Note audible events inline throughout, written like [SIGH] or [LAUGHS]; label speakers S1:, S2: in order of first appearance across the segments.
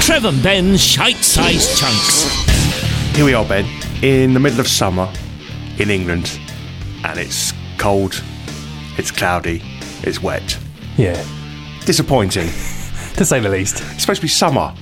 S1: Trev and Ben's shite-sized chunks.
S2: Here we are, Ben, in the middle of summer in England, and it's cold, it's cloudy, it's wet.
S3: Yeah,
S2: Disappointing.
S3: to say the least.
S2: It's supposed to be summer.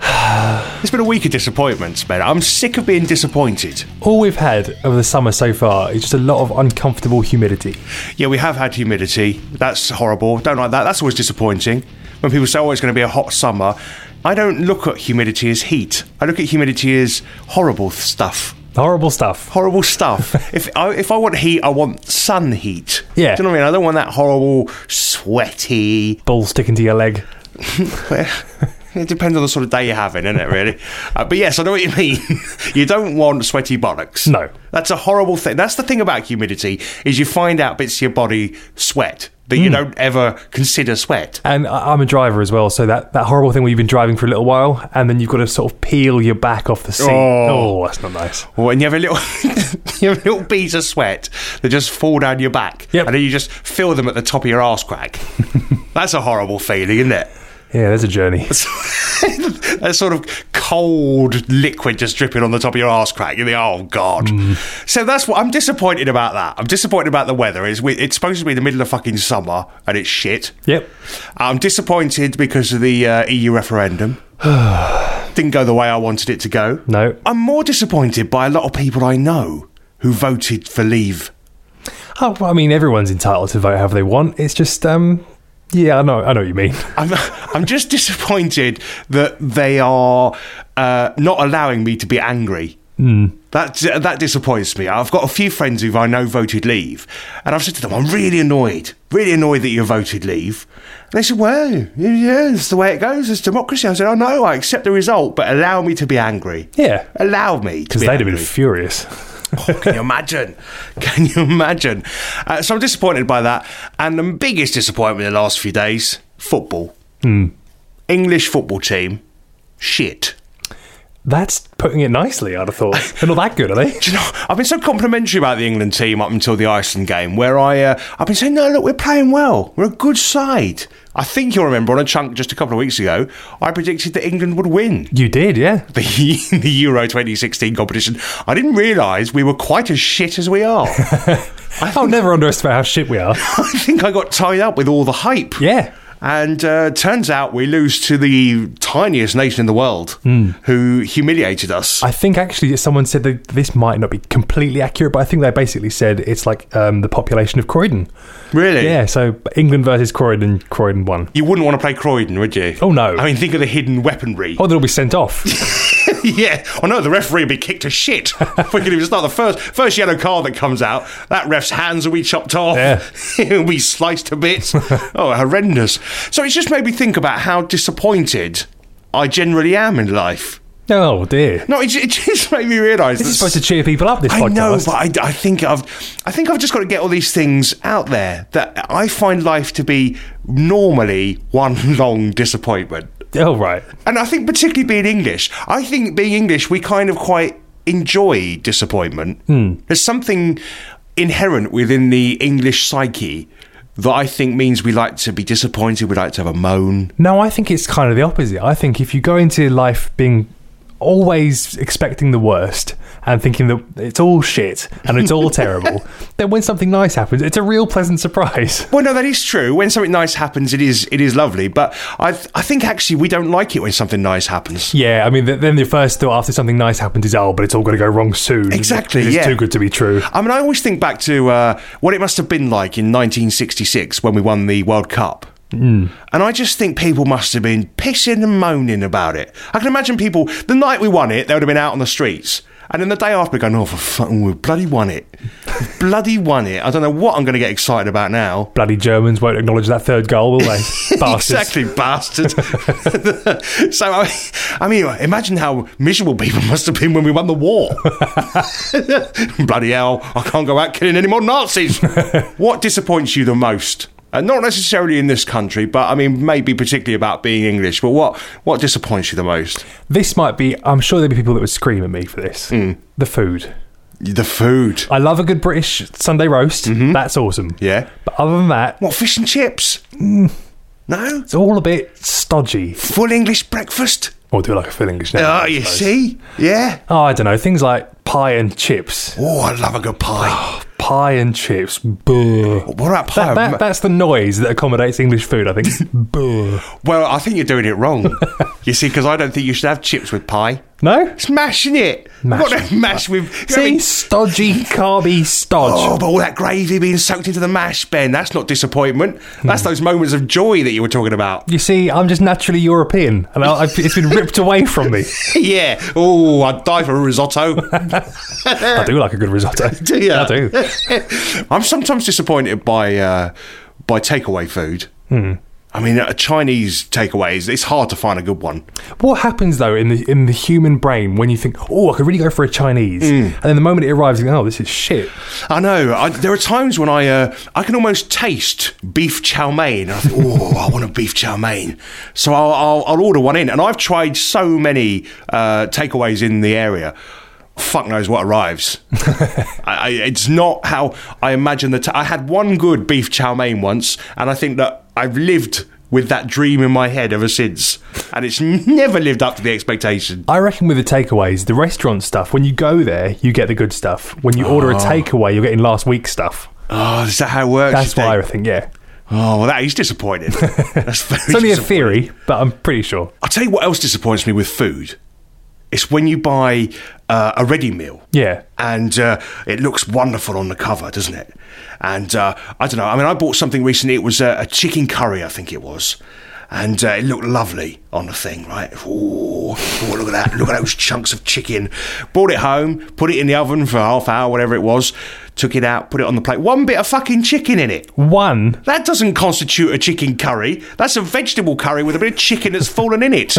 S2: [SIGHS] It's been a week of disappointments, Ben. I'm sick of being disappointed.
S3: All we've had of the summer so far is just a lot of uncomfortable humidity.
S2: Yeah, we have had humidity. That's horrible. Don't like that. That's always disappointing. When people say, oh, it's going to be a hot summer, I don't look at humidity as heat. I look at humidity as horrible stuff.
S3: Horrible stuff.
S2: Horrible
S3: [LAUGHS]
S2: stuff. if, I, if I want heat, I want sun heat.
S3: Yeah.
S2: Do you know what I mean? I don't want that horrible, sweaty. [LAUGHS]
S3: Ball sticking to your leg.
S2: It depends on the sort of day you're having, isn't it, really? uh, but yes, I know what you [LAUGHS] mean. you don't want sweaty bollocks.
S3: No.
S2: That's a horrible thing. That's the thing about humidity is you find out bits of your body sweat that
S3: Hmm.
S2: you don't ever consider sweat.
S3: And I- I'm a driver as well, so that, that horrible thing where you've been driving for a little while and then you've got to sort of peel your back off the seat.
S2: Oh.
S3: oh that's not nice.
S2: Or when you have a little, [LAUGHS] you have little beads of sweat that just fall down your back,
S3: Yep.
S2: and then you just feel them at the top of your arse
S3: [LAUGHS]
S2: crack. That's a horrible feeling, isn't it?
S3: Yeah, there's a journey.
S2: that sort of cold liquid just dripping on the top of your arse crack. You think, oh god. So that's what I'm disappointed about. That I'm disappointed about the weather. It's we- it's supposed to be the middle of fucking summer and it's shit.
S3: Yep.
S2: I'm disappointed because of the uh, EU referendum. Didn't go the way I wanted it to go.
S3: No.
S2: I'm more disappointed by a lot of people I know who voted for Leave.
S3: Oh, well, I mean, everyone's entitled to vote however they want. It's just, um, yeah, I know, I know what you mean.
S2: I'm, [LAUGHS] I'm just disappointed that they are uh, not allowing me to be angry.
S3: Hmm.
S2: That that disappoints me. I've got a few friends who I know voted leave, and I've said to them, "I'm really annoyed, really annoyed that you voted leave." And they said, "Well, yeah, it's the way it goes. It's democracy." I said, "Oh no, I accept the result, but allow me to be angry.
S3: Yeah.
S2: allow me to
S3: Because
S2: be
S3: they'd have
S2: angry."
S3: been furious.
S2: Can you imagine? [LAUGHS] Can you imagine? Uh, so I'm disappointed by that. And the biggest disappointment in the last few days football. English football team, shit.
S3: That's putting it nicely, I'd have thought. They're not that good, are they?
S2: Do you know, I've been so complimentary about the England team up until the Iceland game, where I, uh, I've been saying, no, look, we're playing well. We're a good side. I think you'll remember on a chunk just a couple of weeks ago, I predicted that England would win.
S3: You did, yeah.
S2: the, [LAUGHS] the Euro 2016 competition. I didn't realise we were quite as shit as we are. I
S3: I'll Oh, never underestimate how shit we are.
S2: I think I got tied up with all the hype.
S3: Yeah.
S2: And uh, turns out we lose to the tiniest nation in the world who humiliated us.
S3: Hmm. I think actually someone said that this might not be completely accurate, but I think they basically said it's like um, the population of Croydon.
S2: really?
S3: Yeah, so England versus Croydon, Croydon won.
S2: You wouldn't want to play Croydon, would you?
S3: Oh, no.
S2: I mean, think of the hidden weaponry.
S3: Oh, they'll be sent off.
S2: [LAUGHS] yeah. Oh no, the referee would be kicked to
S3: [LAUGHS]
S2: shit. we could even start the first first yellow card that comes out. That ref's hands will be chopped off. [LAUGHS]
S3: Yeah.
S2: He'll be sliced to
S3: [LAUGHS]
S2: bits. oh, horrendous. So it's just made me think about how disappointed I generally am in life.
S3: oh, dear.
S2: No, it, it just [LAUGHS] made me realise
S3: This
S2: that
S3: is supposed to cheer people up, this
S2: I
S3: podcast.
S2: know, but I, I think I've, I think I've just got to get all these things out there that I find life to be normally one [LAUGHS] long disappointment,
S3: oh, right.
S2: and I think particularly being English, I think being English, we kind of quite enjoy disappointment. There's something inherent within the English psyche that I think means we like to be disappointed, we like to have a moan.
S3: No, I think it's kind of the opposite. I think if you go into life being always expecting the worst and thinking that it's all shit and it's
S2: [LAUGHS]
S3: all terrible, then when something nice happens, it's a real pleasant surprise.
S2: Well, no, that is true. When something nice happens, it is it is lovely. But I th- I think actually we don't like it when something nice happens.
S3: Yeah, I mean, th- then the first thought after something nice happens is, oh, but it's all going to go wrong soon.
S2: Exactly,
S3: It's
S2: yeah.
S3: too good to be true.
S2: I mean, I always think back to uh, what it must have been like in 1966 when we won the World Cup. And I just think people must have been pissing and moaning about it. I can imagine people, the night we won it, they would have been out on the streets. And then the day after, going, oh, for fucking, we bloody won it. bloody won it. I don't know what I'm going to get excited about now.
S3: Bloody Germans won't acknowledge that third goal,
S2: [LAUGHS]
S3: will they? Bastards.
S2: Exactly, bastards. [LAUGHS] so, I, I mean, imagine how miserable people must have been when we won the war.
S3: [LAUGHS]
S2: Bloody hell, I can't go out killing any more Nazis. what disappoints you the most? And not necessarily in this country, but I mean, maybe particularly about being English. But what, what disappoints you the most?
S3: This might be, I'm sure there'll be people that would scream at me for this.
S2: Hmm.
S3: The food.
S2: The food.
S3: I love a good British Sunday roast. That's awesome.
S2: Mm-hmm. Yeah.
S3: But other than that, Mm.
S2: What, fish and chips? No?
S3: It's all a bit stodgy.
S2: Full English breakfast?
S3: Or do like a full English name.
S2: Oh,
S3: I
S2: you
S3: suppose.
S2: see? Yeah.
S3: Oh, I don't know. Things like pie and chips.
S2: Oh, I love a good pie.
S3: Pie and chips. Buh.
S2: What about pie?
S3: Oh. That, that, that's the noise that accommodates English food, I
S2: [LAUGHS]
S3: think. Buh.
S2: Well, I think you're doing it
S3: [LAUGHS]
S2: wrong. you see, because I don't think you should have chips with pie.
S3: No?
S2: Smashing it.
S3: Mash
S2: What
S3: with
S2: a mash with. you know what I
S3: See?
S2: mean?
S3: Stodgy, carby stodge.
S2: Oh, but all that gravy being soaked into the mash, Ben, that's not disappointment. That's
S3: Hmm.
S2: those moments of joy that you were talking about. [LAUGHS]
S3: You see, I'm just naturally European, and I, I've, it's been ripped away from
S2: [LAUGHS]
S3: me.
S2: yeah. Oh, I'd die for a
S3: [LAUGHS]
S2: risotto.
S3: I do like a good
S2: [LAUGHS]
S3: risotto.
S2: Do ya?
S3: I do.
S2: I'm sometimes disappointed by uh, by takeaway food.
S3: Hmm.
S2: I mean, a Chinese takeaway is it's hard to find a good one.
S3: What happens though in the in the human brain when you think, "Oh, I could really go for a Chinese,"
S2: Mm.
S3: and then the moment it arrives, you go, "Oh, this is shit."
S2: I know. I, there are times when I uh, I can almost taste beef chow mein. I think, oh, I want a beef chow mein. So I'll, I'll, I'll order one in. And I've tried so many uh, takeaways in the area. Fuck knows what
S3: [LAUGHS]
S2: arrives. I, I, it's not how I imagine that. I had one good beef chow mein once, and I think that I've lived with that dream in my head ever since, and it's [LAUGHS] never lived up to the
S3: [GASPS]
S2: expectation.
S3: I reckon with the takeaways, the restaurant stuff. When you go there, you get the good stuff. When you order a takeaway, you're getting last week's stuff.
S2: Oh, is that how it works?
S3: That's
S2: you
S3: what I
S2: think?
S3: think. Yeah,
S2: Oh, well, that is
S3: [LAUGHS]
S2: disappointing. That's very
S3: it's only a
S2: disappointing.
S3: theory, but I'm pretty sure.
S2: I'll tell you what else disappoints me with food. It's when you buy uh, a ready meal.
S3: Yeah.
S2: And uh, it looks wonderful on the cover, doesn't it? And uh, I don't know. I mean, I bought something recently. It was a, a chicken curry, I think it was. And uh, it looked lovely on the thing, right? Ooh, ooh, look at that. Look at those chunks of chicken. Brought it home, put it in the oven for half hour, whatever it was. Took it out, put it on the plate. One bit of fucking chicken in it.
S3: One.
S2: That doesn't constitute a chicken curry. That's a vegetable curry with a bit of chicken that's fallen in it.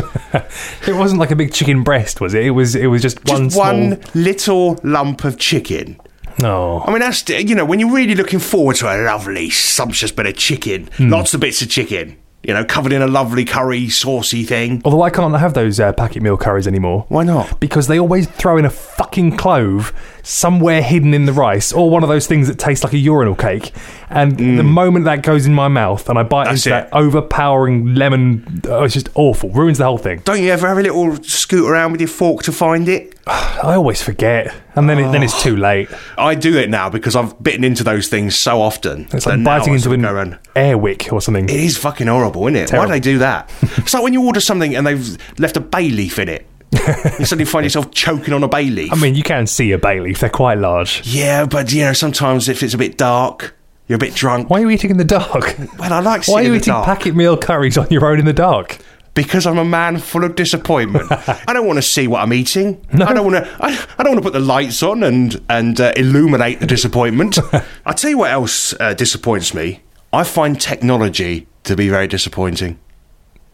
S3: It wasn't like a big chicken breast, was it? It was. It was just, one.
S2: just
S3: Small,
S2: one little lump of chicken.
S3: No.
S2: I mean, that's you know when you're really looking forward to a lovely, sumptuous bit of chicken,
S3: Hmm.
S2: lots of bits of chicken, you know, covered in a lovely curry, saucy thing.
S3: Although I can't have those uh, packet meal curries anymore.
S2: Why not?
S3: Because they always throw in a fucking clove somewhere hidden in the rice, or one of those things that tastes like a urinal cake. And the moment that goes in my mouth and I bite
S2: Mm. That's
S3: into
S2: it.
S3: that overpowering lemon, oh, it's just awful. Ruins the whole thing.
S2: Don't you ever have a little scoot around with your fork to find it?
S3: I always forget, and then it, then it's too late.
S2: I do it now because I've bitten into those things so often. that
S3: It's like
S2: now I
S3: biting into
S2: sort of
S3: an
S2: go around-
S3: air wick or something.
S2: It is fucking horrible, isn't it?
S3: Terrible.
S2: Why do they do
S3: [LAUGHS]
S2: that? it's like when you order something and they've left a bay leaf in it. you suddenly find yourself choking on a bay leaf.
S3: I mean, you can see a bay leaf; they're quite large.
S2: Yeah, but you know, sometimes if it's a bit dark, you're a bit drunk.
S3: Why are you eating in
S2: [LAUGHS]
S3: the dark?
S2: Well, I like
S3: Why are
S2: sitting
S3: you
S2: in the
S3: eating
S2: dark
S3: packet meal curries on your own in the dark?
S2: because I'm a man full of
S3: [LAUGHS]
S2: disappointment. I don't want to see what I'm eating. I don't want to. I, I don't want to put the lights on and and uh, illuminate the
S3: [LAUGHS]
S2: disappointment. I'll tell you what else uh, disappoints me. I find technology to be very disappointing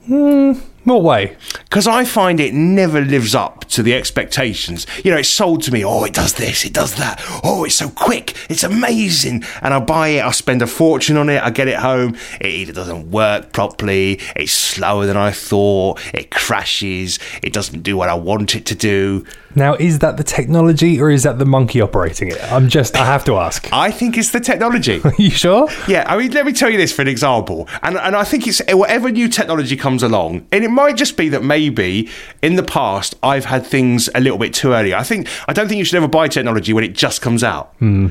S3: What way?
S2: because I find it never lives up to the expectations. You know, it's sold to me. Oh, it does this, it does that. Oh, it's so quick, it's amazing. And I buy it, I spend a fortune on it, I get it home. It either doesn't work properly, it's slower than I thought, it crashes, it doesn't do what I want it to do.
S3: Now, is that the technology or is that the monkey operating it? I'm just, I have
S2: [LAUGHS]
S3: to ask. Are
S2: I think it's the technology.
S3: you sure?
S2: Yeah, I mean, let me tell you this for an example, and and I think it's whatever new technology comes along, and it might just be that maybe in the past I've had things a little bit too early. I think I don't think you should ever buy technology when it just comes out.
S3: Hmm,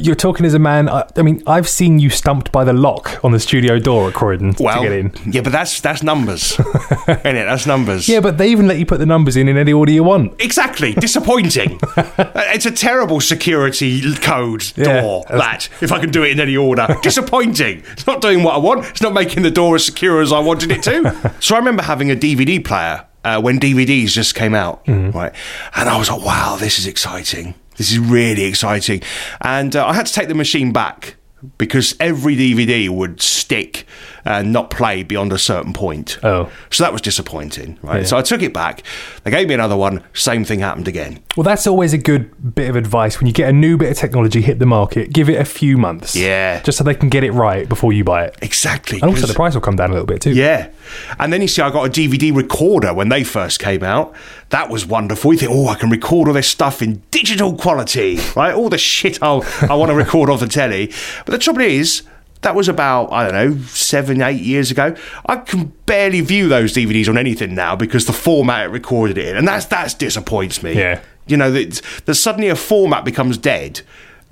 S3: You're talking as a man. I, I mean, I've seen you stumped by the lock on the studio door at Croydon
S2: Well,
S3: to get in.
S2: yeah, but that's that's
S3: [LAUGHS]
S2: numbers, isn't it? That's numbers.
S3: Yeah, but they even let you put the numbers in in any order you want.
S2: Exactly,
S3: [LAUGHS]
S2: disappointing. it's a terrible security l- code
S3: Yeah,
S2: door.
S3: that's-
S2: That if I can do it in any
S3: [LAUGHS]
S2: order, disappointing. It's not doing what I want. It's not making the door as secure as I wanted it
S3: [LAUGHS]
S2: to. so I remember having a DVD player uh, when DVDs just came out,
S3: Mm-hmm.
S2: right? And I was like, "Wow, this is exciting. This is really exciting." And uh, I had to take the machine back because every DVD would stick and not play beyond a certain point.
S3: Oh.
S2: So that was disappointing, right? So I took it back. They gave me another one. Same thing happened again.
S3: Well, that's always a good bit of advice when you get a new bit of technology hit the market. Give it a few months.
S2: Yeah.
S3: Just so they can get it right before you buy it.
S2: Exactly.
S3: And also,
S2: 'cause-
S3: the price will come down a little bit too.
S2: yeah. And then you see, I got a DVD recorder when they first came out. That was wonderful. You think, oh, I can record all this stuff in [LAUGHS] digital quality, right? All the shit I'll, I want to record off the telly. But the trouble is, That was about, I don't know, seven, eight years ago. I can barely view those DVDs on anything now because the format it recorded it in. And that's that's disappoints me.
S3: Yeah.
S2: You know, that, that suddenly a format becomes dead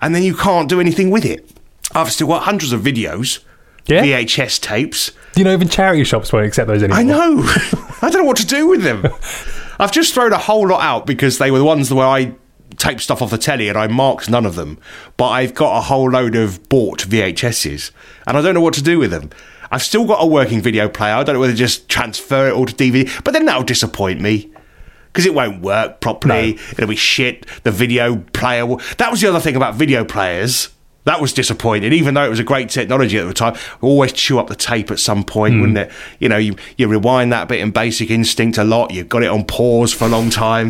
S2: and then you can't do anything with it. I've still got hundreds of videos,
S3: Yeah.
S2: VHS tapes.
S3: You know, even charity shops won't accept those anymore.
S2: I know. [LAUGHS] I don't know what to do with them. I've just thrown a whole lot out because they were the ones where I taped stuff off the telly and I marked none of them. But I've got a whole load of bought VHSs and I don't know what to do with them. I've still got a working video player. I don't know whether to just transfer it all to DVD, but then that'll disappoint me. Because it won't work properly. It'll be shit. The video player. Will... That was the other thing about video players. That was disappointing, even though it was a great technology at the time. Always chew up the tape at some point, wouldn't it? You know, you, you rewind that bit in Basic Instinct a lot. You've got it on pause for a long time,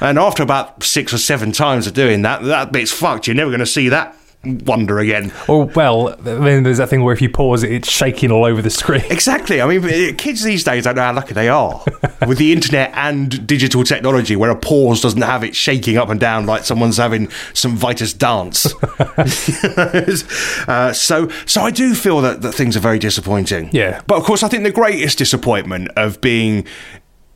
S2: and after about six or seven times of doing that, that bit's fucked. You're never going to see that wonder again.
S3: Or well, then there's that thing where if you pause it, it's shaking all over the screen.
S2: Exactly. I mean, eh, kids these days don't know how lucky they are with the internet and digital technology, where a pause doesn't have it shaking up and down like someone's having some Vitus dance. [LAUGHS] uh, so, so I do feel that, that things are very disappointing.
S3: Yeah.
S2: But of course, I think the greatest disappointment of being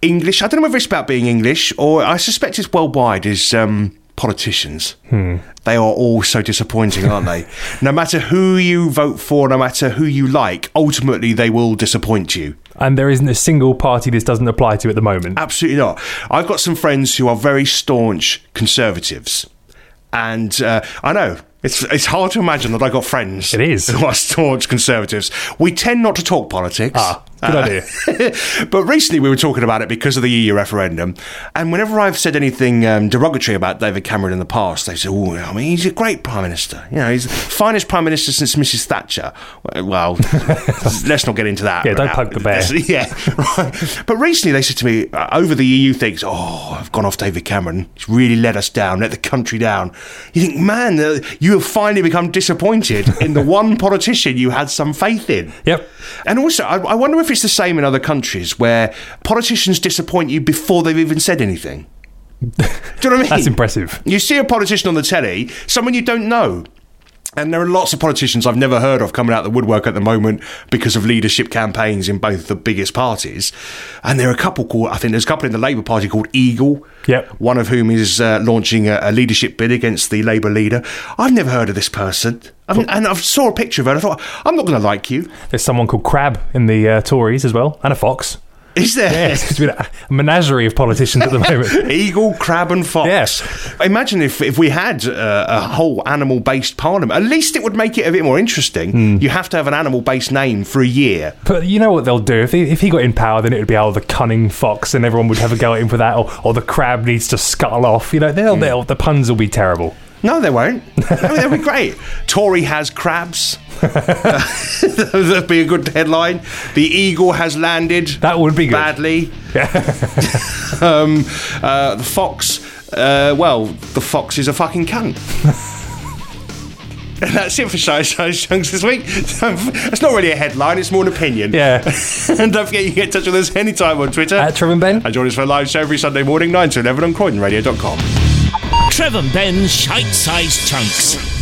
S2: English, I don't know if it's about being English or I suspect it's worldwide, is um, politicians.
S3: Hmm.
S2: They are all so disappointing, aren't
S3: [LAUGHS]
S2: they? no matter who you vote for, no matter who you like, ultimately they will disappoint you.
S3: And there isn't a single party this doesn't apply to at the moment.
S2: Absolutely not. I've got some friends who are very staunch conservatives, and uh, I know. It's, it's hard to imagine that I got friends.
S3: It is.
S2: who are staunch conservatives. We tend not to talk politics. Uh,
S3: Ah, good idea.
S2: [LAUGHS] but recently we were talking about it because of the EU referendum. And whenever I've said anything um, derogatory about David Cameron in the past, they say, oh, I mean, he's a great Prime Minister. You know, he's the finest Prime Minister since Mrs. Thatcher. Well, [LAUGHS] let's not get into that.
S3: Yeah, don't
S2: Now,
S3: poke the bear.
S2: [LAUGHS] yeah, right. But recently they said to me, uh, over the EU thinks, oh, I've gone off David Cameron. He's really let us down, let the country down. You think, man, uh, you have finally become disappointed in the one politician you had some faith in.
S3: Yep.
S2: And also, I, I wonder if it's the same in other countries where politicians disappoint you before they've even said anything. Do you know what I mean?
S3: [LAUGHS] That's impressive.
S2: You see a politician on the telly, someone you don't know. And there are lots of politicians I've never heard of coming out of the woodwork at the moment because of leadership campaigns in both the biggest parties. And there are a couple called, I think there's a couple in the Labour Party called Eagle,
S3: Yep.
S2: one of whom is uh, launching a, a leadership bid against the Labour leader. I've never heard of this person. I mean, and I saw a picture of her and I thought, I'm not going to like you.
S3: There's someone called Crab in the uh, Tories as well, and a fox.
S2: Is there?
S3: Yeah, [LAUGHS] it's just been a menagerie of politicians at the
S2: [LAUGHS]
S3: moment.
S2: Eagle, crab, and fox.
S3: Yes.
S2: Imagine if, if we had uh, a whole animal based parliament. At least it would make it a bit more interesting.
S3: Hmm.
S2: You have to have an animal based name for a year.
S3: But you know what they'll do? If he, if he got in power, then it would be, oh, the cunning fox, and everyone would have a go at him for that, or, or the crab needs to scuttle off. You know, they'll, they'll, the puns will be terrible.
S2: No, they
S3: [LAUGHS]
S2: won't. I mean, that'd be great. Tory has crabs. [LAUGHS] that'd be a good headline. The eagle has landed.
S3: That would be good.
S2: badly. [LAUGHS]
S3: [LAUGHS]
S2: um, uh, the fox. Uh, well, the fox is a fucking cunt. [LAUGHS] And that's it for Shy Shy Chunks this week. [LAUGHS] It's not really a headline, it's more an opinion.
S3: Yeah.
S2: [LAUGHS] and don't forget you can get in touch with us anytime on Twitter.
S3: At Trevor and Ben?
S2: and join us for a live show every Sunday morning, 9 to 11 on CroydonRadio.com.
S1: Trevor and Ben's Shite Sized Chunks.